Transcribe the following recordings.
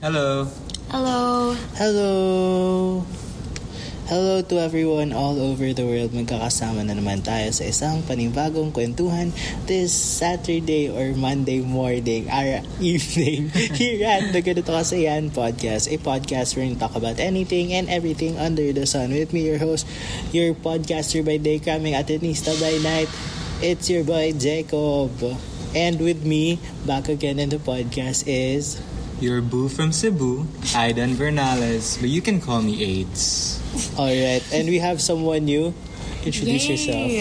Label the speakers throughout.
Speaker 1: Hello.
Speaker 2: Hello.
Speaker 3: Hello! Hello to everyone all over the world. Magkakasama na naman tayo sa isang panibagong kwentuhan this Saturday or Monday morning or evening here at the Ganito Kasi Yan Podcast, a podcast where we talk about anything and everything under the sun. With me, your host, your podcaster by day, coming at by night, it's your boy, Jacob. And with me, back again in the podcast is...
Speaker 1: Your boo from Cebu, Aidan Bernales, but you can call me AIDS.
Speaker 3: Alright, and we have someone new. Introduce yourself.
Speaker 2: Yay!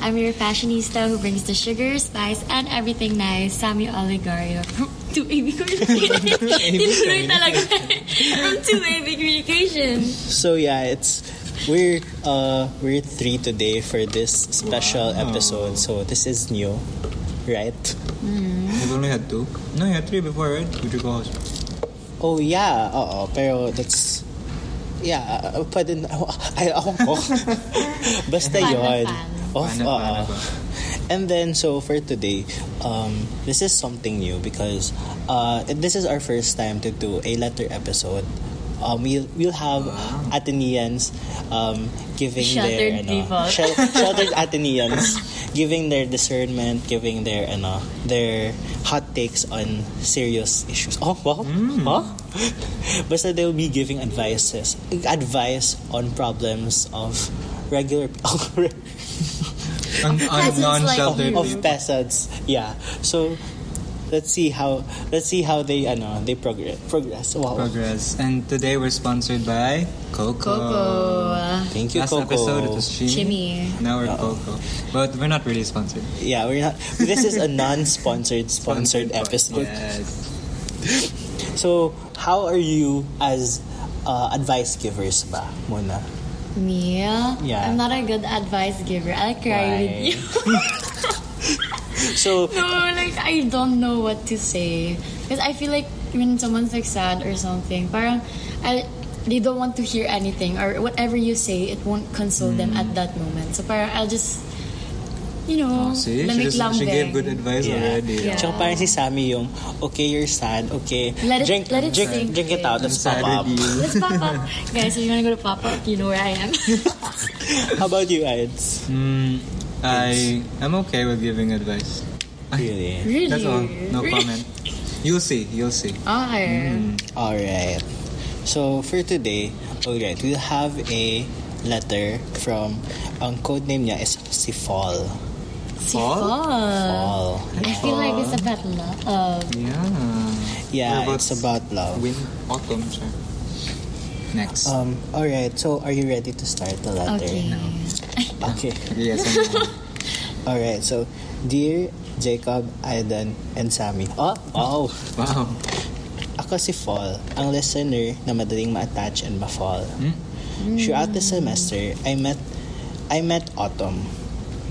Speaker 2: I'm your fashionista who brings the sugar, spice, and everything nice, Sammy Oligario from 2AB Communication. Tinuloy talaga eh. From 2AB Communication.
Speaker 3: So yeah, it's we're uh we're three today for this special
Speaker 1: Wow.
Speaker 3: episode. So this is new, right?
Speaker 1: We've only had two. No, you had three before, right? With your co-host.
Speaker 3: Oh yeah, oo, pero that's yeah, uh, pwede na, ay, ako ko. Basta
Speaker 2: Fan na
Speaker 3: yun.
Speaker 2: fan.
Speaker 3: Off,
Speaker 1: Fan na fan na
Speaker 3: oo.
Speaker 1: ba?
Speaker 3: And then, so for today, um, this is something new because uh, this is our first time to do a letter episode. Um, we'll, we'll have Athenians um, giving their... ano,
Speaker 2: Sheltered people.
Speaker 3: shel- sheltered Athenians giving their discernment, giving their ano, their hot takes on serious issues. Oh, wow.
Speaker 2: Hmm.
Speaker 3: Huh? Basta they'll be giving advices, advice on problems of regular...
Speaker 1: On, on
Speaker 2: Peasants like
Speaker 1: non-sheltered
Speaker 2: you.
Speaker 3: of
Speaker 1: people.
Speaker 3: peasants. Yeah. So let's see how let's see how they ano they progress progress. Wow.
Speaker 1: Progress. And today we're sponsored by Coco.
Speaker 2: Coco.
Speaker 3: Thank you,
Speaker 1: Last
Speaker 3: Coco.
Speaker 1: episode it was Jimmy.
Speaker 2: Jimmy.
Speaker 1: Now we're Coco. But we're not really sponsored.
Speaker 3: Yeah, we're not. This is a non-sponsored sponsored episode.
Speaker 1: Yes.
Speaker 3: So how are you as uh, advice givers ba muna?
Speaker 2: Me?
Speaker 3: Yeah.
Speaker 2: I'm not a good advice giver. I'll cry
Speaker 3: Why?
Speaker 2: with you.
Speaker 3: So
Speaker 2: No, like, I don't know what to say. Because I feel like when someone's like sad or something, parang, I, they don't want to hear anything or whatever you say, it won't console them at that moment. So parang, I'll just, you know,
Speaker 1: Mm. Oh, see? She,
Speaker 2: lamig
Speaker 1: just, she gave
Speaker 2: lambing.
Speaker 1: good advice
Speaker 3: yeah.
Speaker 1: already.
Speaker 2: Yeah.
Speaker 3: Tsaka parang si Sammy yung, okay, you're sad, okay.
Speaker 2: Let it-
Speaker 3: drink,
Speaker 2: let it
Speaker 3: drink,
Speaker 2: sink
Speaker 3: drink it
Speaker 2: in.
Speaker 3: out, let's pop up.
Speaker 1: Saturday.
Speaker 2: Let's pop up. Guys, if you want to go to pop up, you know where I am.
Speaker 3: How about you, Eds?
Speaker 1: Mm, I am okay with giving advice.
Speaker 3: Really?
Speaker 2: really?
Speaker 1: That's all. No
Speaker 2: Really?
Speaker 1: comment. Mm. You'll see. You'll see.
Speaker 2: Okay.
Speaker 3: Alright. So for today, alright, we'll have a letter from ang code name niya is si Fall.
Speaker 2: Si
Speaker 1: Fall?
Speaker 2: Fall.
Speaker 3: Fall.
Speaker 2: I feel like it's about love.
Speaker 1: Yeah.
Speaker 3: Yeah,
Speaker 1: We're
Speaker 3: it's about love.
Speaker 1: win autumn. Sure. Next.
Speaker 3: Um alright, so are you ready to start the letter?
Speaker 2: Okay.
Speaker 3: Okay.
Speaker 1: yes. I'm wrong.
Speaker 3: Alright, so dear Jacob, Aidan, and Sammy. Oh, wow.
Speaker 1: wow.
Speaker 3: Ako si Fall, ang listener na madaling ma-attach and ma-fall. Throughout the semester, I met I met Autumn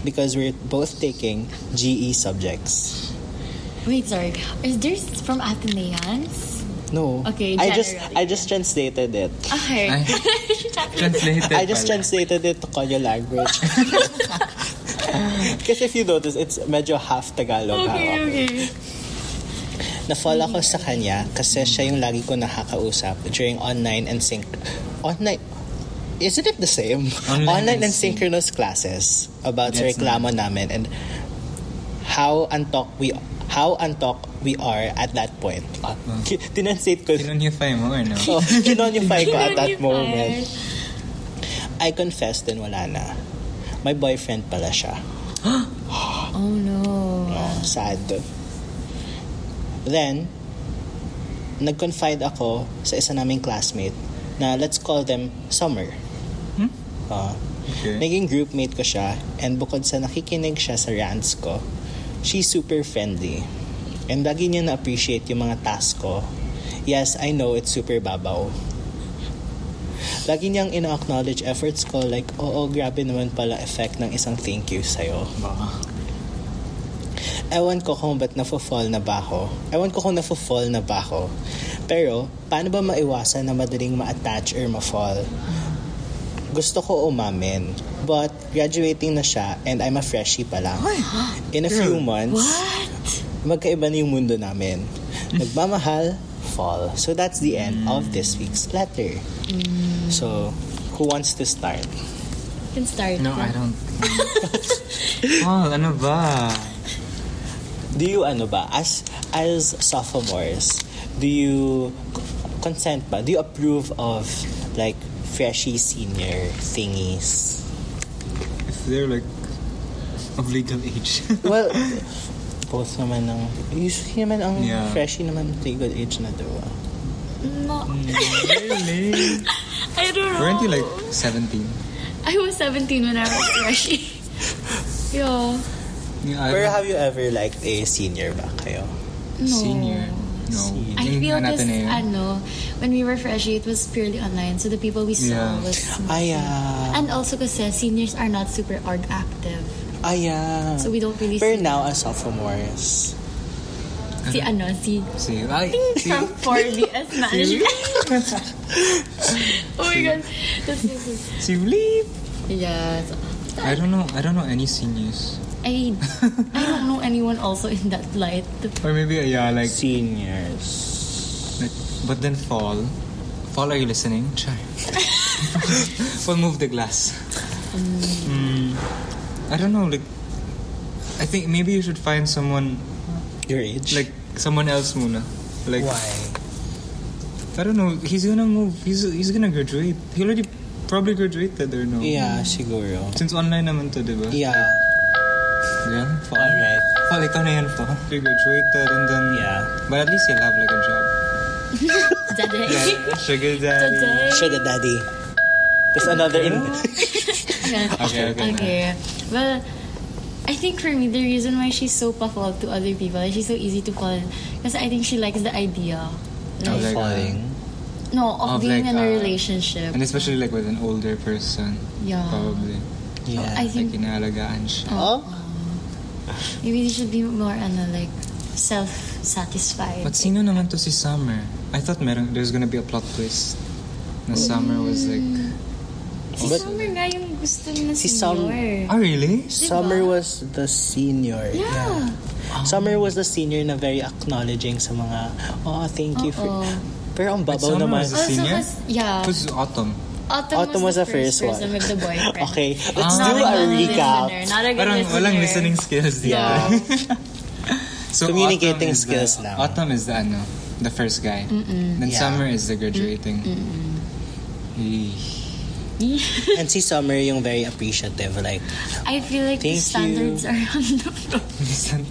Speaker 3: because we're both taking GE subjects.
Speaker 2: Wait, sorry. Is there from Ateneans?
Speaker 3: No.
Speaker 2: Okay,
Speaker 3: I just
Speaker 2: generally.
Speaker 3: I just translated it.
Speaker 2: Okay.
Speaker 1: Ay. Translated.
Speaker 3: I just
Speaker 1: pala.
Speaker 3: translated it to Konyo language. Kasi if you notice, it's medyo half Tagalog.
Speaker 2: okay,
Speaker 3: half.
Speaker 2: okay.
Speaker 3: Na-fall ako sa kanya kasi siya yung lagi ko nakakausap during online and sync... Online... Isn't it the same?
Speaker 1: Online and
Speaker 3: and synchronous classes about sa
Speaker 1: Gets na.
Speaker 3: reklamo namin and how antok we how antok we are at that point. Uh, Tinanslate ko.
Speaker 1: Sinunify mo or no?
Speaker 3: Oh, kinonify ko at that
Speaker 2: Kinonify.
Speaker 3: moment. I confess din wala na. May boyfriend pala siya.
Speaker 2: Oh no.
Speaker 3: Oh, sad. Then, nag-confide ako sa isa naming classmate na let's call them Summer. Oh.
Speaker 1: Okay.
Speaker 3: Naging groupmate ko siya and bukod sa nakikinig siya sa rants ko, she's super friendly. And lagi niya na-appreciate yung mga task ko. Yes, I know it's super babaw. Lagi niyang ina-acknowledge efforts ko like, oo, grabe naman pala effect ng isang thank you sa'yo.
Speaker 1: Baka.
Speaker 3: Ewan ko kung ba't nafo-fall na ba ako. Ewan ko kung nafo-fall na ba ako. Pero, paano ba maiwasan na madaling ma-attach or ma-fall? Gusto ko umamin. But, graduating na siya and I'm a freshie pa lang. In a few months,
Speaker 2: What?
Speaker 3: magkaiba na yung mundo namin. Nagmamahal, fall. So that's the end of this week's letter. So, who wants to start?
Speaker 2: You can start.
Speaker 1: No, I don't. Paul, ano ba?
Speaker 3: Do you ano ba as as sophomores, do you consent ba? Do you approve of like freshy senior thingies?
Speaker 1: If they're like of legal age.
Speaker 3: Well, both naman ng usually naman ang
Speaker 1: Yeah.
Speaker 3: freshy naman legal age na daw. ah.
Speaker 2: No.
Speaker 1: really?
Speaker 2: I don't know.
Speaker 1: Weren't you like 17?
Speaker 2: I was 17 when I was freshie. Yo.
Speaker 1: Yeah, I
Speaker 3: Pero
Speaker 1: don't-
Speaker 3: have you ever liked a senior ba kayo?
Speaker 2: No.
Speaker 1: Senior. No.
Speaker 3: Senior.
Speaker 2: I
Speaker 1: Yung
Speaker 2: feel
Speaker 1: ano
Speaker 2: because,
Speaker 1: natin na yun.
Speaker 2: ano, when we were freshie, it was purely online. So the people we saw
Speaker 1: Yeah.
Speaker 2: was...
Speaker 3: Ay, ah.
Speaker 2: And also kasi seniors are not super art active.
Speaker 3: Ay, ah.
Speaker 2: So we don't really
Speaker 3: Pero
Speaker 2: see-
Speaker 3: now as sophomores,
Speaker 2: Si ano, si...
Speaker 1: See, I, see,
Speaker 2: From 4B as management. oh my god. This is...
Speaker 1: see, bleep.
Speaker 2: Yeah. so-
Speaker 1: I don't know. I don't know any seniors.
Speaker 2: I, I don't know anyone also in that light.
Speaker 1: Or maybe, uh, yeah, like,
Speaker 3: seniors.
Speaker 1: like, but then fall. Fall, are you listening? Try. fall, move the glass. Mm, I don't know. Like, I think maybe you should find someone,
Speaker 3: Your age?
Speaker 1: like, someone else, Muna. Like,
Speaker 3: why?
Speaker 1: I don't know. He's gonna move. He's he's gonna graduate. He already probably graduated or no?
Speaker 3: Yeah, siguro.
Speaker 1: Since online naman to, di ba?
Speaker 3: Yeah.
Speaker 1: Yeah. Fall.
Speaker 3: Alright.
Speaker 1: Fall, ikaw na yan, fall. He graduated and then...
Speaker 3: Yeah.
Speaker 1: But at least he'll have like a job.
Speaker 2: Today.
Speaker 1: Yeah. Sugar daddy.
Speaker 2: Today.
Speaker 3: Sugar daddy. There's another in...
Speaker 1: Okay, okay. okay.
Speaker 2: Okay. Well, I think for me, the reason why she's so puffed out to other people, like she's so easy to fall in, because I think she likes the idea.
Speaker 1: Of like,
Speaker 2: Like,
Speaker 3: Falling.
Speaker 2: no, of,
Speaker 1: of
Speaker 2: being
Speaker 1: like,
Speaker 2: in a
Speaker 1: uh,
Speaker 2: relationship.
Speaker 1: And especially like with an older person.
Speaker 2: Yeah.
Speaker 1: Probably.
Speaker 3: Yeah.
Speaker 2: I think-
Speaker 1: Like inaalagaan siya.
Speaker 3: Oh?
Speaker 2: Uh, um, Maybe they should be more, ano, like, self-satisfied.
Speaker 1: But sino naman to si Summer? I thought meron, there's gonna be a plot twist. Na Summer was like...
Speaker 2: si
Speaker 3: But-
Speaker 2: Summer nga yung gusto na
Speaker 3: Si
Speaker 2: si
Speaker 3: Sum-
Speaker 2: Summer.
Speaker 1: Oh, really?
Speaker 3: Summer was the senior.
Speaker 2: Yeah.
Speaker 3: Summer was the senior na very acknowledging sa mga, oh, thank you for...
Speaker 2: Oo.
Speaker 3: Pero ang
Speaker 1: But
Speaker 3: babaw
Speaker 1: Summer
Speaker 3: naman.
Speaker 1: was the
Speaker 2: Also,
Speaker 1: senior?
Speaker 2: was- yeah.
Speaker 1: Because autumn.
Speaker 2: Autumn,
Speaker 3: Autumn was the Ah. first one.
Speaker 2: person with the boyfriend.
Speaker 3: Okay, let's
Speaker 2: Not
Speaker 3: do a
Speaker 2: a good
Speaker 3: recap.
Speaker 2: listener, Not a good
Speaker 1: Parang
Speaker 2: listener.
Speaker 1: walang listening skills dito.
Speaker 2: Yeah.
Speaker 1: so
Speaker 3: Communicating
Speaker 1: autumn is
Speaker 3: skills
Speaker 1: the,
Speaker 3: lang.
Speaker 1: Autumn is the ano, the first guy. Then
Speaker 3: Yeah.
Speaker 1: summer is the graduating. Eh.
Speaker 3: And si Summer yung very appreciative. Like,
Speaker 2: I feel like
Speaker 3: Thank
Speaker 2: the standards
Speaker 3: you.
Speaker 2: are on the floor.
Speaker 1: Isang,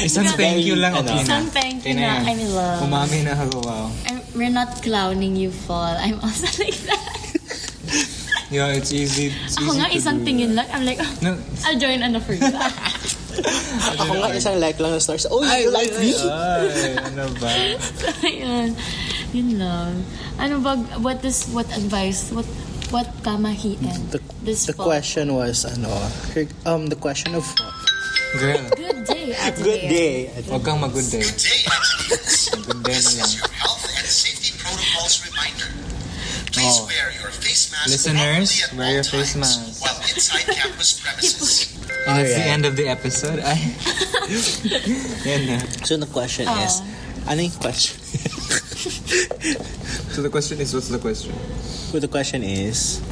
Speaker 1: isang
Speaker 2: Very,
Speaker 1: thank you lang,
Speaker 3: ano,
Speaker 1: okay na.
Speaker 2: Isang thank
Speaker 1: Okay
Speaker 2: you na,
Speaker 1: yan.
Speaker 2: I'm in love.
Speaker 1: Umami na ako, wow.
Speaker 2: I'm, we're not clowning you, Paul. I'm also like that.
Speaker 1: Yeah, it's easy. It's easy
Speaker 2: Ako nga,
Speaker 1: to
Speaker 2: isang
Speaker 1: do
Speaker 2: tingin
Speaker 1: that.
Speaker 2: lang. I'm like, oh,
Speaker 1: No,
Speaker 2: I'll join ano for you.
Speaker 3: ako nga isang like lang ng stars. Oh,
Speaker 1: ay, ay,
Speaker 3: you like me?
Speaker 1: ay, ano ba?
Speaker 2: Ayun. Yun lang. Ano ba, what is, what advice, what, what pamahiin?
Speaker 3: The,
Speaker 2: This
Speaker 3: the
Speaker 2: fall.
Speaker 3: question was, ano, her- um, the question of...
Speaker 1: Girl,
Speaker 2: Good day, Ate
Speaker 3: Good
Speaker 2: Lea.
Speaker 3: day.
Speaker 1: huwag kang mag-good day.
Speaker 4: Today,
Speaker 1: Mag-good day na
Speaker 4: this
Speaker 1: lang.
Speaker 4: is your health and safety protocols reminder. Please
Speaker 1: Oh.
Speaker 4: wear your face mask.
Speaker 1: Listeners,
Speaker 4: properly at
Speaker 1: wear
Speaker 4: all
Speaker 1: your face
Speaker 4: times
Speaker 1: mask.
Speaker 4: While inside campus premises.
Speaker 1: And it's the
Speaker 3: Alright.
Speaker 1: end of the episode. Ay. Yan na.
Speaker 3: So the question
Speaker 2: Ah.
Speaker 3: is, ano yung question?
Speaker 1: So the question is, what's the question?
Speaker 3: So the question is,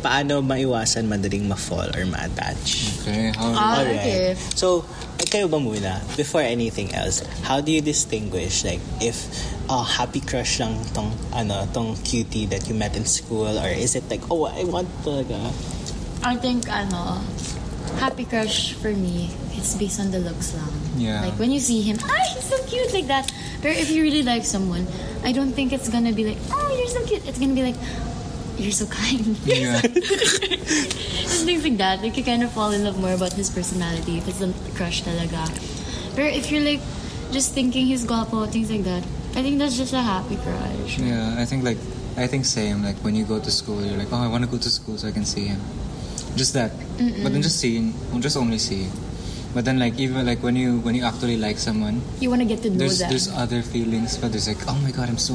Speaker 3: paano maiwasan madaling ma-fall or ma-attach?
Speaker 1: Okay, how?
Speaker 2: Ah, okay.
Speaker 3: Alright. So, eh, kayo ba muna, before anything else, how do you distinguish, like, if uh, happy crush lang tong, ano, tong cutie that you met in school, or is it like, oh, I want talaga?
Speaker 2: I think, ano, happy crush for me, it's based on the looks lang.
Speaker 1: Yeah.
Speaker 2: Like, when you see him, ah, he's so cute, like that. But if you really like someone, I don't think it's gonna be like, oh, you're so cute. It's gonna be like, you're so kind.
Speaker 1: Yeah.
Speaker 2: Just things like that. Like, you kind of fall in love more about his personality if it's a crush talaga. But if you're like, just thinking he's guapo, things like that, I think that's just a happy crush.
Speaker 1: Yeah, I think like I think same. Like when you go to school, you're like, oh, I want to go to school so I can see him. Just that. But then just seeing, just only seeing. But then like even like when you when you actually like someone,
Speaker 2: You wanna get to know
Speaker 1: there's
Speaker 2: them.
Speaker 1: there's other feelings. But there's like, oh my god, I'm so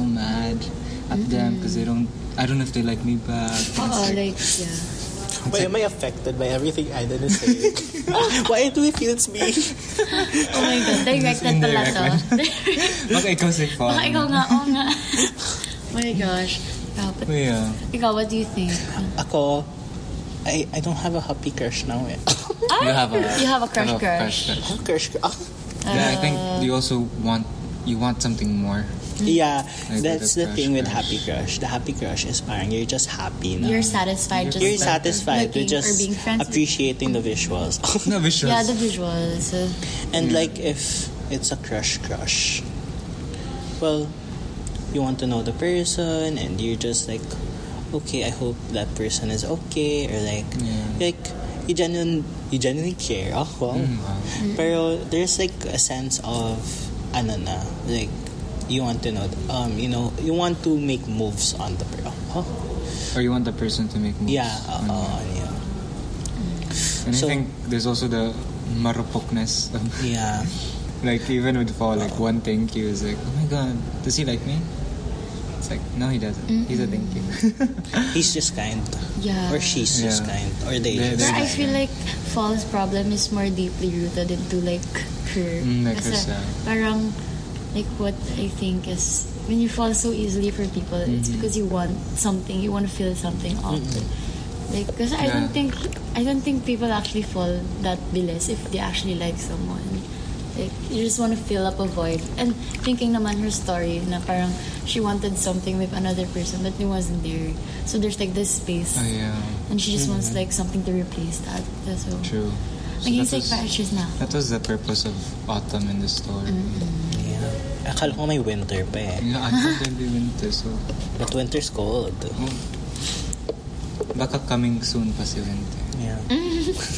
Speaker 2: Mm-hmm.
Speaker 1: mad at them because they don't. I don't know if they like me back.
Speaker 2: Oo, like, Oh, yeah.
Speaker 3: Why am I affected by everything Aidan is saying? Why do it feels me?
Speaker 2: Oh my God, directed pala
Speaker 1: Indirect
Speaker 2: to.
Speaker 1: lang. Baka ikaw si Paul.
Speaker 2: Baka ikaw nga, oo nga. Oh my gosh. Dapat.
Speaker 1: Yeah.
Speaker 2: Ikaw, what do you think?
Speaker 3: Ako, I, I don't have a happy crush now eh.
Speaker 1: You have a,
Speaker 2: You have a crush
Speaker 1: I
Speaker 2: crush. Uh,
Speaker 1: crush.
Speaker 3: crush ko. Ah,
Speaker 1: yeah, I think you also want you want something more.
Speaker 3: yeah,
Speaker 1: I agree
Speaker 3: that's
Speaker 1: Mm-hmm. with
Speaker 3: the
Speaker 1: crush,
Speaker 3: thing with
Speaker 1: crush.
Speaker 3: happy crush. The happy crush is parang you're just happy na.
Speaker 2: You're satisfied just
Speaker 3: You're satisfied with
Speaker 2: looking or
Speaker 3: just
Speaker 2: being friends with- Mm-hmm.
Speaker 3: appreciating the visuals.
Speaker 1: No visuals.
Speaker 2: Yeah, the visuals. Uh,
Speaker 1: Mm.
Speaker 3: and like if it's a crush crush, well, you want to know the person and you're just like, okay, I hope that person is okay or like,
Speaker 1: Yeah.
Speaker 3: like you genuinely you genuinely care. Oh well,
Speaker 1: Mm, wow.
Speaker 3: pero there's like a sense of ano na like you want to know um you know you want to make moves on the person. Oh,
Speaker 1: Or you want the person to make moves.
Speaker 3: yeah,
Speaker 1: on
Speaker 3: uh,
Speaker 1: you.
Speaker 3: uh, yeah.
Speaker 1: And
Speaker 3: So-
Speaker 1: I think there's also the marupokness of
Speaker 3: Yeah.
Speaker 1: like even with Paul, like one thank you is like, oh my god, does he like me? It's like no, he doesn't. He's
Speaker 2: Mm-hmm.
Speaker 1: a thank you.
Speaker 3: He's just kind.
Speaker 2: Yeah.
Speaker 3: Or she's just
Speaker 1: Yeah.
Speaker 3: kind. Or they
Speaker 1: They-
Speaker 3: just
Speaker 2: But
Speaker 1: they-
Speaker 2: I feel like Fall's problem is more deeply rooted into like her.
Speaker 1: Mm, like
Speaker 2: Kasi
Speaker 1: herself.
Speaker 2: Parang like what I think is when you fall so easily for people, it's
Speaker 1: Mm-hmm.
Speaker 2: because you want something, you want to feel something out. Like, because I don't
Speaker 1: Yeah.
Speaker 2: think I don't think people actually fall that bilis if they actually like someone. Like you just want to fill up a void. And thinking naman her story na parang she wanted something with another person but it wasn't there. So there's like this space.
Speaker 1: oh yeah,
Speaker 2: And she just wants like something to replace that. That's so.
Speaker 1: Mm-hmm. true. So
Speaker 2: Naging
Speaker 1: that was-
Speaker 2: psychiatrist na. ako.
Speaker 1: That was the purpose of autumn in the story.
Speaker 3: Yeah. Akala ko may winter pa eh.
Speaker 1: Yeah, I thought they'd be winter, so
Speaker 3: But winter's cold.
Speaker 1: oh. baka coming soon pa si winter.
Speaker 3: Yeah.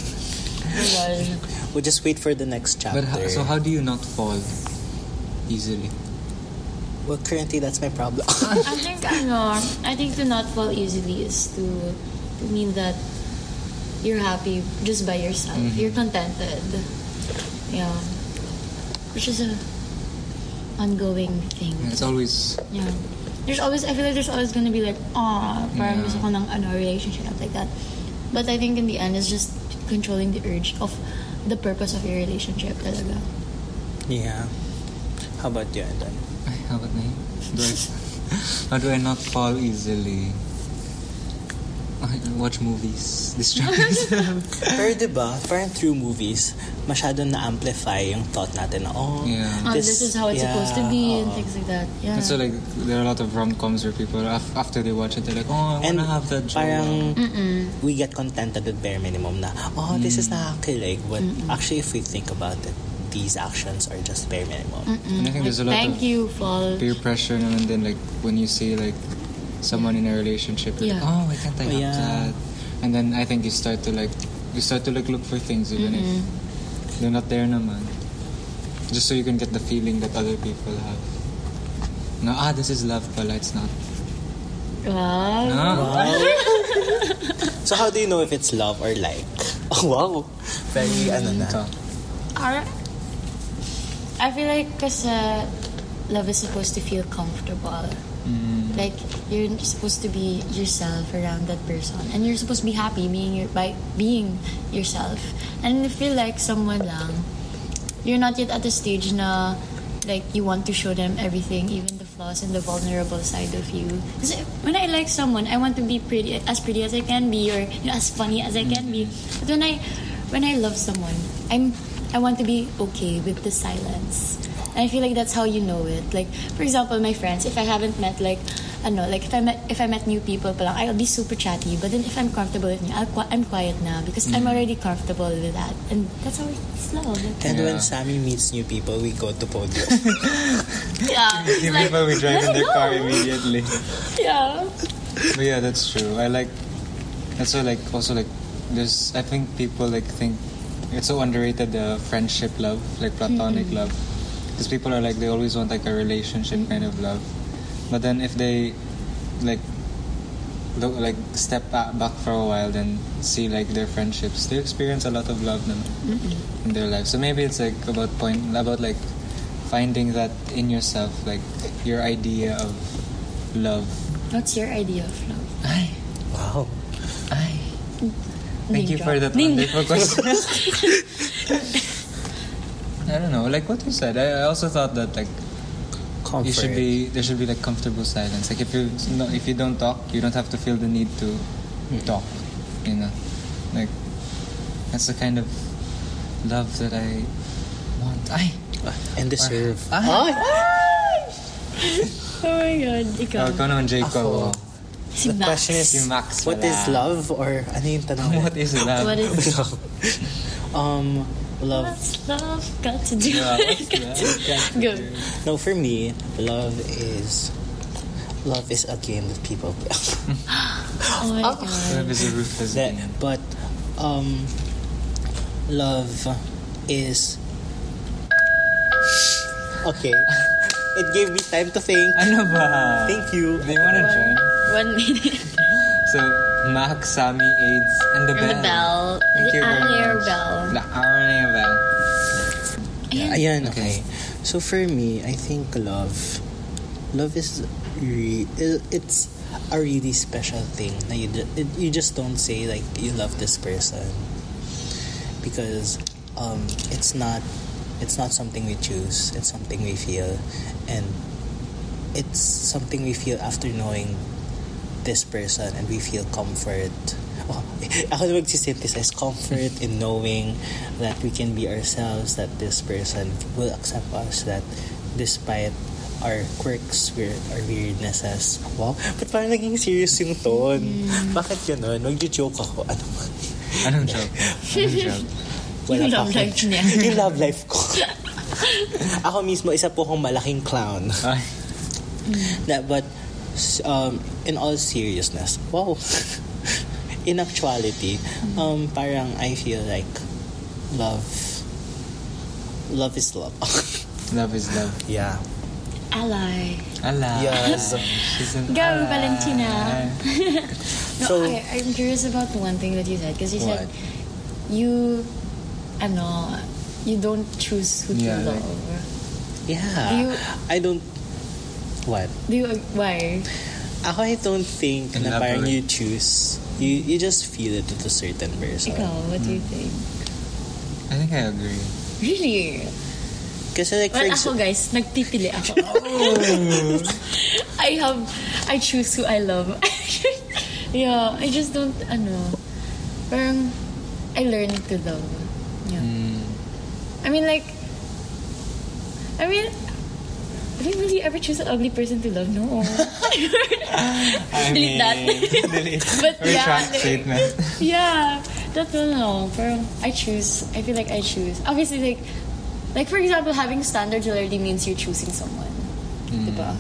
Speaker 2: Well,
Speaker 3: We'll just wait for the next chapter.
Speaker 1: But ho- so how do you not fall easily?
Speaker 3: Well, currently that's my problem.
Speaker 2: I think ano, I think to not fall easily is to, to mean that you're happy just by yourself.
Speaker 1: Mm-hmm.
Speaker 2: You're contented. Yeah. Which is a ongoing thing.
Speaker 1: It's always
Speaker 2: Yeah. There's always I feel like there's always gonna be like, ah, parang
Speaker 1: Yeah.
Speaker 2: gusto ko ng ano relationship like that. But I think in the end it's just controlling the urge of the purpose of your relationship talaga.
Speaker 3: yeah. How about you, Anton?
Speaker 1: Ay, how about me? Do I, how do I not fall easily? I watch movies. Distract myself.
Speaker 3: Pero diba, parang through movies, masyado na-amplify yung thought natin na, oh,
Speaker 1: Yeah.
Speaker 2: Um, this, is how it's
Speaker 3: yeah,
Speaker 2: supposed to be and
Speaker 3: oo.
Speaker 2: things like that. Yeah.
Speaker 1: And so like there are a lot of rom coms where people af- after they watch it they're like, oh, I
Speaker 3: And
Speaker 1: wanna have that job.
Speaker 3: parang we get contented with bare minimum na, oh, this
Speaker 1: Mm.
Speaker 3: is nakakakilig. But actually, if we think about it, these actions are just bare minimum.
Speaker 2: Mm.
Speaker 1: and I think there's a lot
Speaker 2: Thank
Speaker 1: of
Speaker 2: you, Paul.
Speaker 1: peer pressure and then like when you see like someone in a relationship, you're like,
Speaker 2: Yeah.
Speaker 1: oh, why can't I
Speaker 3: Oh,
Speaker 1: have
Speaker 3: yeah.
Speaker 1: that? And then I think you start to like you start to like look for things even if they're not there naman. Just so you can get the feeling that other people have. No, ah, this is love pala, it's not.
Speaker 2: Wow.
Speaker 1: No?
Speaker 3: So how do you know if it's love or like? Oh, wow. Very,
Speaker 2: Mm.
Speaker 3: ano na.
Speaker 1: Ito.
Speaker 2: Alright. I feel like kasi love is supposed to feel comfortable. Like you're supposed to be yourself around that person, and you're supposed to be happy being your, by being yourself. And if you like someone lang, you're not yet at the stage na like you want to show them everything, even the flaws and the vulnerable side of you. 'Cause when I like someone, I want to be pretty as pretty as I can be or you know, as funny as I can be. But when I when I love someone, I'm I want to be okay with the silence. And I feel like that's how you know it. Like for example, my friends, if I haven't met like ano, like if I met if I met new people pa lang, I'll be super chatty. But then if I'm comfortable with me, I'll qui- I'm quiet now because I'm already comfortable with that. And that's how it's love.
Speaker 3: And
Speaker 1: Yeah.
Speaker 3: when Sammy meets new people, we go to podium.
Speaker 2: Yeah.
Speaker 1: Even before we drive in their car immediately.
Speaker 2: Yeah.
Speaker 1: But yeah, that's true. I like. That's why, like, also like, there's. I think people like think it's so underrated the friendship love, like platonic love, because people are like they always want like a relationship kind of love, but then if they like look like step ba- back for a while then see like their friendships they experience a lot of love naman in their life so maybe it's like about point about like finding that in yourself like your idea of love
Speaker 2: What's your idea of love?
Speaker 1: Ay,
Speaker 3: wow.
Speaker 1: ay. Thank you for that wonderful question. I don't know, like what you said. I I also thought that like
Speaker 3: Comfort.
Speaker 1: you should be there should be like comfortable silence. Like if you no, if you don't talk, you don't have to feel the need to
Speaker 3: Hmm.
Speaker 1: talk. You know, like that's the kind of love that I want. I
Speaker 3: and deserve.
Speaker 1: ah,
Speaker 2: Oh my God, ikaw.
Speaker 1: oh, ikaw naman Jacob.
Speaker 3: Ako.
Speaker 2: Si
Speaker 3: the
Speaker 2: Max.
Speaker 3: question is,
Speaker 1: Si Max
Speaker 3: what
Speaker 1: pala.
Speaker 3: is love? Or ano yung tanong?
Speaker 1: What is love?
Speaker 2: What is
Speaker 3: love? um, love.
Speaker 2: What's love got to do?
Speaker 1: Yeah, what's
Speaker 2: Got to-
Speaker 1: love?
Speaker 2: Go.
Speaker 3: No, for me, love is... Love is a game that people play.
Speaker 2: Oh my God.
Speaker 1: Love is a ruthless
Speaker 3: that
Speaker 1: thing.
Speaker 3: but um love is okay it gave me time to think
Speaker 1: Ano ba?
Speaker 3: thank you
Speaker 1: Do you wanna join?
Speaker 2: One minute.
Speaker 1: So, Max, Sammy, AIDS, and the
Speaker 2: And
Speaker 1: bell.
Speaker 2: the bell.
Speaker 1: Thank
Speaker 2: the
Speaker 1: you very
Speaker 2: hour
Speaker 1: much.
Speaker 2: bell.
Speaker 1: The hour bell.
Speaker 3: ayan
Speaker 1: Okay.
Speaker 3: okay so for me i think love love is re- i- it's a really special thing na you, ju- it- you just don't say like you love this person because um it's not it's not something we choose it's something we feel and it's something we feel after knowing this person and we feel comfort. Oh, ako na magsisynthesize. Comfort in knowing that we can be ourselves, that this person will accept us, that despite our quirks, weird, our weirdnesses. Wow, ba't parang naging serious yung tone? Bakit ganun? Nag-joke ako. Ano ba?
Speaker 1: Anong joke? Anong joke?
Speaker 2: Yung
Speaker 3: pa
Speaker 2: love
Speaker 3: akong-
Speaker 2: life niya.
Speaker 3: yung love life ko. ako mismo, isa po akong malaking clown.
Speaker 1: Ay,
Speaker 3: That, but s- um, in all seriousness, wow. in actuality, um, parang I feel like love, love is love.
Speaker 1: love is love.
Speaker 3: yeah.
Speaker 2: Ally.
Speaker 1: Ala.
Speaker 3: Yes.
Speaker 1: She's an
Speaker 2: Go,
Speaker 1: ally.
Speaker 2: Valentina. No,
Speaker 3: So-
Speaker 2: I, I'm curious about one thing that you said because you
Speaker 3: What?
Speaker 2: said you, ano, you don't choose who
Speaker 1: Yeah,
Speaker 2: to love.
Speaker 1: like-
Speaker 3: Yeah.
Speaker 2: Do you-
Speaker 3: I don't. What?
Speaker 2: Do you why?
Speaker 3: Ako, I don't think na parang
Speaker 1: Elaborate.
Speaker 3: you choose. You you just feel it with a certain person.
Speaker 2: Ikaw, what do you think?
Speaker 1: I think I agree.
Speaker 2: Really?
Speaker 3: Kasi like, for Oh.
Speaker 2: Well,
Speaker 3: exa-
Speaker 2: ako guys, nagpipili ako. I have, I choose who I love. yeah, I just don't, ano, parang, I learned to love. Yeah.
Speaker 1: Mm.
Speaker 2: I mean, like, I mean, did I really ever choose an ugly person to love? No.
Speaker 1: I
Speaker 2: Delete that.
Speaker 1: delete.
Speaker 2: But
Speaker 1: Retract
Speaker 2: yeah.
Speaker 1: statement.
Speaker 2: yeah, that's no. Pero I choose. I feel like I choose. Obviously, like, like for example, having standards already means you're choosing someone, diba?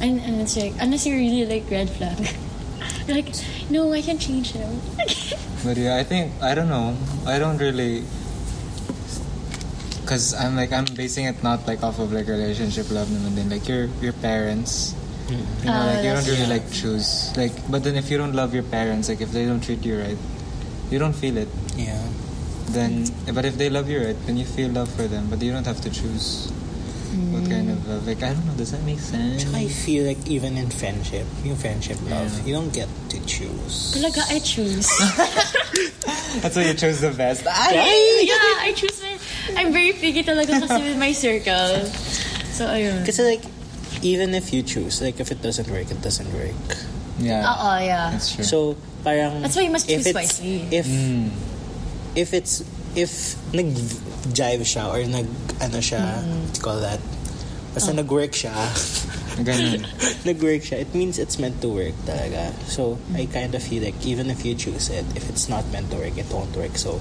Speaker 2: And and it's like unless you really like red flag, you're like, no, I can change him.
Speaker 1: But yeah, I think I don't know. I don't really, cause I'm like I'm basing it not like off of like relationship love naman din. Like your your parents, you know, like
Speaker 2: Ah,
Speaker 1: you
Speaker 2: that's
Speaker 1: don't really
Speaker 2: true.
Speaker 1: like choose. Like, but then if you don't love your parents, like if they don't treat you right, you don't feel it.
Speaker 3: yeah.
Speaker 1: Then,
Speaker 2: Mm-hmm.
Speaker 1: but if they love you right, then you feel love for them. But you don't have to choose what kind
Speaker 2: Mm.
Speaker 1: of love. Like I don't know. Does that make sense?
Speaker 3: Tsaka I feel like even in friendship, yung friendship love,
Speaker 1: Yeah.
Speaker 3: you don't get to choose.
Speaker 2: Talaga, I choose.
Speaker 1: That's why you chose the best.
Speaker 2: Uh-uh. Ay, yeah, I choose my... I'm very picky talaga kasi with my circle. So, ayun.
Speaker 3: Kasi like, even if you choose, like if it doesn't work, it doesn't work.
Speaker 1: Yeah.
Speaker 2: Oo, yeah.
Speaker 1: That's true.
Speaker 3: So, parang...
Speaker 2: That's why you must
Speaker 3: if
Speaker 2: choose
Speaker 3: it's-
Speaker 2: wisely.
Speaker 3: If,
Speaker 1: Mm.
Speaker 3: if it's, if nag-jive siya or nag, ano siya,
Speaker 2: Mm.
Speaker 3: what you call that? Basta
Speaker 2: Oh.
Speaker 3: nag-work siya,
Speaker 1: Ganun.
Speaker 3: nag-work siya, it means it's meant to work talaga. So, I
Speaker 2: Mm.
Speaker 3: kind of feel like even if you choose it, if it's not meant to work, it won't work. So,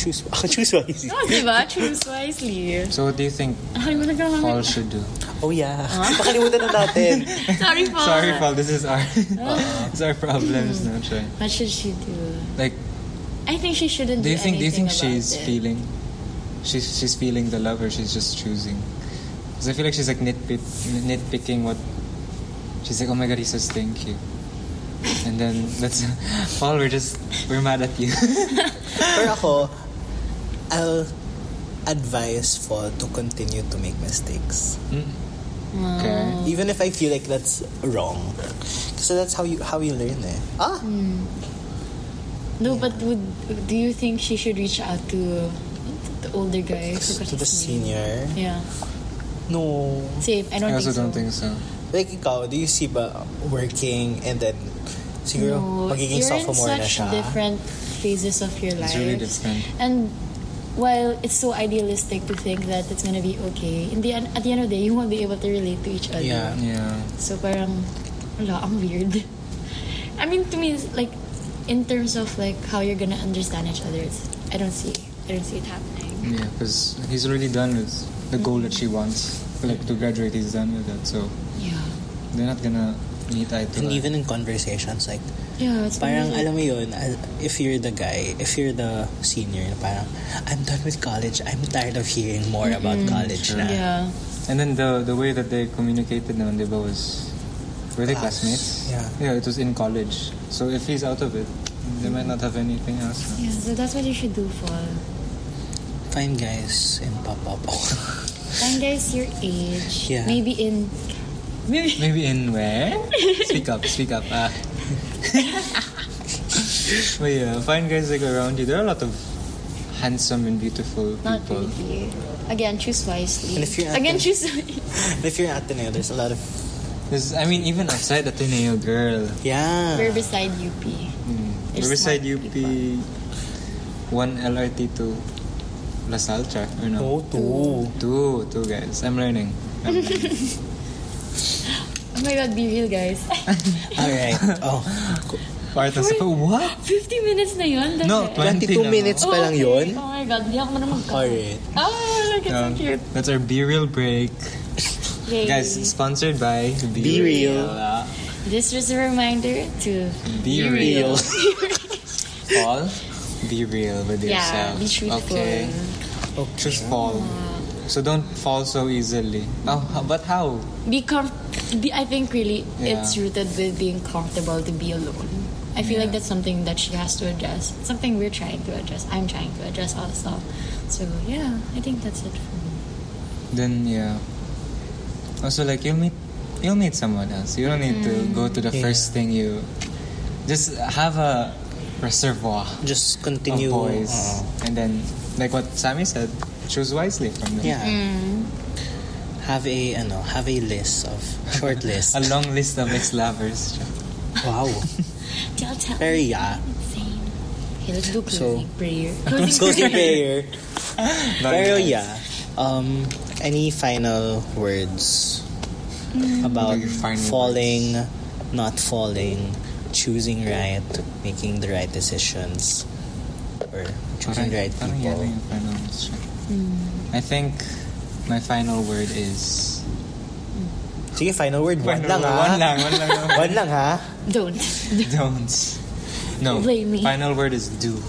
Speaker 3: choose, choose wisely.
Speaker 2: No, Oh, diba? Choose wisely.
Speaker 1: So what do you think
Speaker 2: Ay, talaga
Speaker 1: Paul
Speaker 2: kami.
Speaker 1: should do?
Speaker 3: Oh yeah,
Speaker 2: Ah.
Speaker 3: pakalimutan na natin.
Speaker 2: Sorry, Paul.
Speaker 1: Sorry, Paul. This is our it's our problems now, Troy.
Speaker 2: What should she do?
Speaker 1: Like,
Speaker 2: I think she shouldn't
Speaker 1: do you think do you
Speaker 2: anything
Speaker 1: think
Speaker 2: about
Speaker 1: she's
Speaker 2: it.
Speaker 1: feeling? She's she's feeling the love, or she's just choosing? Because I feel like she's like nitpick, nitpicking what. She's like, oh my god, he says thank you, and then that's Paul. We're just we're mad at you.
Speaker 3: Pero ako, I'll advise for to continue to make mistakes.
Speaker 2: Hmm.
Speaker 1: okay.
Speaker 3: Even if I feel
Speaker 2: Mm,
Speaker 3: like that's wrong. Kasi that's how you how you learn eh. Ah!
Speaker 2: No, but would do you think she should reach out to the older guy? I forgot
Speaker 3: To the
Speaker 2: his name.
Speaker 3: senior?
Speaker 2: Yeah.
Speaker 3: No.
Speaker 2: Same. I
Speaker 1: I
Speaker 2: don't
Speaker 1: also
Speaker 2: think so.
Speaker 1: don't think so.
Speaker 3: Like ikaw, do you see ba working and then siguro
Speaker 2: No,
Speaker 3: magiging
Speaker 2: you're in
Speaker 3: sophomore na
Speaker 2: such
Speaker 3: siya?
Speaker 2: different phases of your life.
Speaker 1: It's really different.
Speaker 2: And while it's so idealistic to think that it's gonna be okay, in the end, at the end of the day, you won't be able to relate to each other.
Speaker 3: Yeah.
Speaker 1: Yeah.
Speaker 2: So parang, wala, ang weird. I mean, to me, it's like, in terms of like how you're gonna understand each other, it's, I don't see, I don't see it happening.
Speaker 1: Yeah, because he's already done with the goal that she wants. Like to graduate, he's done with that. So
Speaker 2: Yeah.
Speaker 1: they're not gonna meet eye to
Speaker 3: And
Speaker 1: eye.
Speaker 3: even in conversations, like,
Speaker 2: Yeah, it's
Speaker 3: parang
Speaker 2: really-
Speaker 3: alam mo yun, al- if you're the guy, if you're the senior, parang, I'm done with college, I'm tired of hearing more about college na.
Speaker 2: Mm-hmm. Yeah.
Speaker 1: And then the the way that they communicated naman, diba, was were they
Speaker 3: Class.
Speaker 1: classmates?
Speaker 3: Yeah.
Speaker 1: Yeah, it was in college. So if he's out of it, they might not have anything else.
Speaker 2: Yeah, so that's what you should do for.
Speaker 3: Fine guys and pop up.
Speaker 2: Find guys your age.
Speaker 3: Yeah.
Speaker 2: Maybe in. Maybe.
Speaker 1: Maybe in where? speak up, speak up. Ah. but yeah, find guys like around you. There are a lot of handsome and beautiful
Speaker 2: Not
Speaker 1: people.
Speaker 2: really. Again, choose wisely.
Speaker 3: And if you're at
Speaker 2: Again,
Speaker 3: the-
Speaker 2: choose wisely.
Speaker 3: if you're at Ateneo, there's a lot of,
Speaker 1: 'Cause, I mean, even outside Ateneo, girl.
Speaker 3: yeah.
Speaker 2: We're beside UP.
Speaker 1: Mm.
Speaker 2: There's
Speaker 1: Riverside
Speaker 2: smart
Speaker 1: UP,
Speaker 2: people.
Speaker 1: one LRT to La Salcha, or no?
Speaker 3: No, two.
Speaker 1: Two, two guys. I'm learning. I'm learning.
Speaker 2: Oh my god, be real, guys.
Speaker 3: Alright. Oh.
Speaker 1: Part of
Speaker 2: Wait.
Speaker 1: what?
Speaker 2: 50 minutes na yun? That's
Speaker 1: No,
Speaker 2: it.
Speaker 1: 20
Speaker 3: 22
Speaker 1: lang.
Speaker 3: minutes
Speaker 2: Oh,
Speaker 3: pa lang yun?
Speaker 2: Oh my god, di ako marunong mag
Speaker 3: Alright.
Speaker 2: Oh, look, it's so
Speaker 1: Um,
Speaker 2: cute.
Speaker 1: that's our Be Real break.
Speaker 2: Yay.
Speaker 1: Guys, sponsored by Be,
Speaker 3: Be Real.
Speaker 1: Ah,
Speaker 2: this was a reminder to
Speaker 1: Be, real.
Speaker 3: Real.
Speaker 1: Paul, be real with
Speaker 2: yeah,
Speaker 1: yourself.
Speaker 2: be truthful.
Speaker 1: Okay. Just fall. So don't fall so easily. Oh, h- but how?
Speaker 2: Be com- be, I think really
Speaker 1: Yeah.
Speaker 2: it's rooted with being comfortable to be alone. I feel like
Speaker 1: Yeah.
Speaker 2: that's something that she has to address. Something we're trying to address. I'm trying to address also. So yeah, I think that's it for me.
Speaker 1: Then yeah. Also like you'll meet you'll meet someone else. You don't need to go to the
Speaker 3: Yeah.
Speaker 1: first thing you just have a reservoir
Speaker 3: Just continue. Uh,
Speaker 1: of boys.
Speaker 3: Oo.
Speaker 1: Uh-huh. And then like what Sammy said, choose wisely from them.
Speaker 3: Yeah.
Speaker 2: Mm.
Speaker 3: Have a ano, have a list of short list.
Speaker 1: A long list of ex lovers.
Speaker 3: wow.
Speaker 2: Tell tell
Speaker 3: Pero yeah.
Speaker 2: insane. Okay, let's do
Speaker 3: So-
Speaker 2: closing prayer.
Speaker 3: Let's go to prayer. Pero yeah. Um any final words about
Speaker 1: Your final
Speaker 3: falling, not falling, choosing right, making the right decisions or choosing the right
Speaker 1: Parang yan
Speaker 3: people.
Speaker 1: yung final words siya.
Speaker 2: Hmm.
Speaker 1: I think my final word is
Speaker 3: Sige, final word. One
Speaker 1: Final
Speaker 3: lang ah.
Speaker 1: word,
Speaker 3: ha.
Speaker 1: One lang, one lang. one
Speaker 3: One lang ah. ha.
Speaker 2: Don't.
Speaker 1: lang. Don't. No.
Speaker 2: Blame me.
Speaker 1: Final word is do.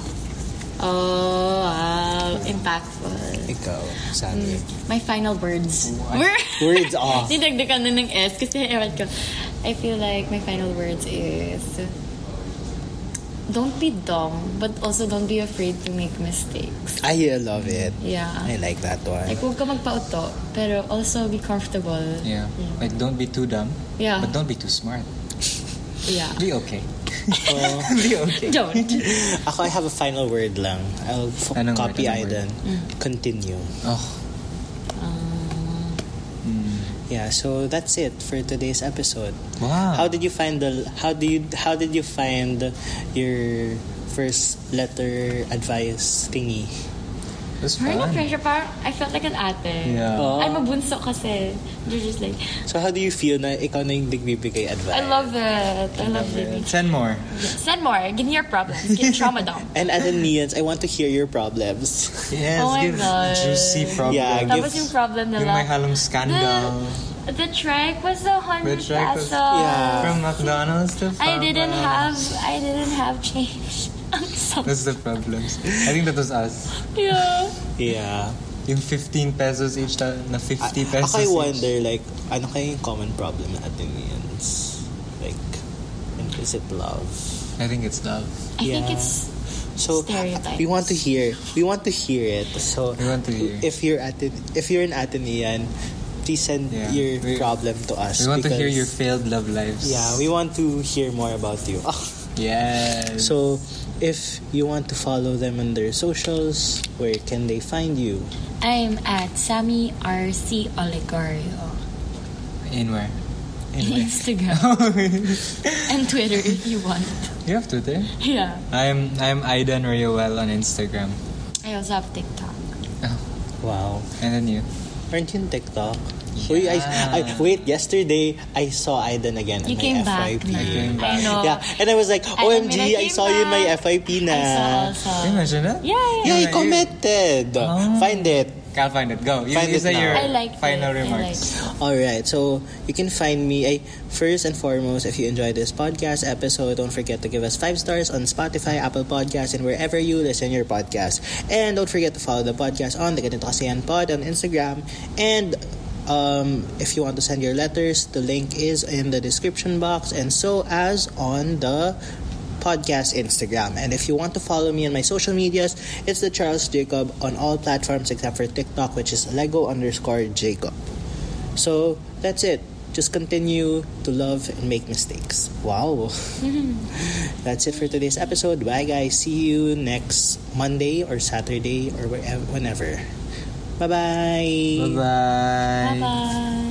Speaker 2: Oh, wow. Impactful.
Speaker 3: Ikaw, Sammy.
Speaker 2: My final words.
Speaker 1: What?
Speaker 3: Words off.
Speaker 2: Dinagdagan na ng S kasi ewan ko. I feel like my final words is don't be dumb but also don't be afraid to make mistakes.
Speaker 3: I love it. I
Speaker 2: Yeah.
Speaker 3: like that one.
Speaker 2: Like, huwag ka magpauto, pero also be comfortable.
Speaker 1: Yeah. Like don't be too dumb.
Speaker 2: Yeah.
Speaker 1: But don't be too smart.
Speaker 2: Yeah.
Speaker 1: Be okay.
Speaker 3: Oh.
Speaker 1: be okay.
Speaker 2: Don't.
Speaker 3: Ako, I have a final word lang. I'll f-
Speaker 1: Anong word?
Speaker 3: copy
Speaker 1: Anong
Speaker 3: Aiden. Continue.
Speaker 1: Oh. Mm.
Speaker 3: Yeah, so that's it for today's episode.
Speaker 1: Wow.
Speaker 3: How did you find the how do you how did you find your first letter advice thingy?
Speaker 1: It was
Speaker 2: Parang na
Speaker 1: fun.
Speaker 2: pressure, parang I felt like an ate.
Speaker 1: Yeah.
Speaker 3: Oh.
Speaker 2: Ay, mabunso kasi. They're just like,
Speaker 3: So how do you feel na ikaw na yung nagbibigay advice?
Speaker 2: I love it. I love living.
Speaker 1: Send more.
Speaker 2: Send more. Give me your problems. Get trauma dump.
Speaker 3: And as a Nians, I want to hear your problems.
Speaker 1: Yes,
Speaker 2: Oh my
Speaker 1: give
Speaker 2: God.
Speaker 1: juicy problem.
Speaker 3: Yeah, give-
Speaker 2: Tapos yung problem
Speaker 1: Yung may
Speaker 2: nila.
Speaker 1: halong scandal.
Speaker 2: The, the trike was a
Speaker 1: The
Speaker 2: hundred
Speaker 1: trike was-
Speaker 2: peso.
Speaker 3: Yeah.
Speaker 1: From McDonald's to
Speaker 2: I didn't
Speaker 1: Papa.
Speaker 2: have, I didn't have change. I'm sorry.
Speaker 1: That's the problem. I think that was us.
Speaker 2: Yeah.
Speaker 3: yeah.
Speaker 1: Yung 15 pesos each ta- na 50
Speaker 3: I,
Speaker 1: pesos
Speaker 3: ako I
Speaker 1: each.
Speaker 3: wonder like ano kaya yung common problem na Athenians? Like is it love?
Speaker 1: I think it's love.
Speaker 2: I think
Speaker 3: Yeah.
Speaker 2: it's,
Speaker 3: So
Speaker 2: Stereotypes.
Speaker 3: we want to hear. We want to hear it. So
Speaker 1: We want to hear.
Speaker 3: if you're at if you're an Atenean, please send
Speaker 1: Yeah.
Speaker 3: your
Speaker 1: We-
Speaker 3: problem to us.
Speaker 1: We want to hear your
Speaker 3: because-
Speaker 1: failed love lives.
Speaker 3: Yeah, we want to hear more about you.
Speaker 1: Yes.
Speaker 3: Ah. so if you want to follow them on their socials, where can they find you?
Speaker 5: I'm at Sammy RC Oligario.
Speaker 1: In where?
Speaker 5: Instagram and Twitter if you want.
Speaker 1: You have Twitter?
Speaker 5: Yeah.
Speaker 1: I'm I'm Aidan Rayowell on Instagram.
Speaker 5: I also have TikTok.
Speaker 3: Wow.
Speaker 1: And then you.
Speaker 3: Aren't you on TikTok? Uy, I, I, wait, yesterday, I saw Aidan again on
Speaker 5: You
Speaker 3: my
Speaker 5: came back
Speaker 3: FYP.
Speaker 5: na.
Speaker 1: You came back.
Speaker 5: I know.
Speaker 3: Yeah, and I was like,
Speaker 5: I know,
Speaker 3: OMG,
Speaker 5: when
Speaker 3: I,
Speaker 5: came
Speaker 3: saw you in my
Speaker 5: back,
Speaker 3: FYP na.
Speaker 5: I saw
Speaker 1: Can you
Speaker 5: also.
Speaker 1: imagine it?
Speaker 5: Yeah, yeah.
Speaker 3: Yeah, he
Speaker 1: Yeah, you-
Speaker 3: commented.
Speaker 1: Oh.
Speaker 3: Find it.
Speaker 1: I'll find it. Go. You,
Speaker 3: Find
Speaker 1: these are
Speaker 3: it now.
Speaker 1: your
Speaker 5: I like
Speaker 1: final
Speaker 5: it. I
Speaker 1: remarks.
Speaker 3: All right, so you can find me. Ay, first and foremost, if you enjoy this podcast episode, don't forget to give us five stars on Spotify, Apple Podcasts, and wherever you listen your podcast. And don't forget to follow the podcast on the Ganito Kasi Yan Pod on Instagram. And um, if you want to send your letters, the link is in the description box, and so as on the podcast Instagram. And if you want to follow me on my social medias, it's the Charles Jacob on all platforms except for TikTok, which is Lego underscore Jacob. So that's it. Just continue to love and make mistakes. Wow. that's it for today's episode. Bye guys. See you next Monday or Saturday or wherever whenever. Bye-bye.
Speaker 1: Bye-bye.
Speaker 5: Bye-bye.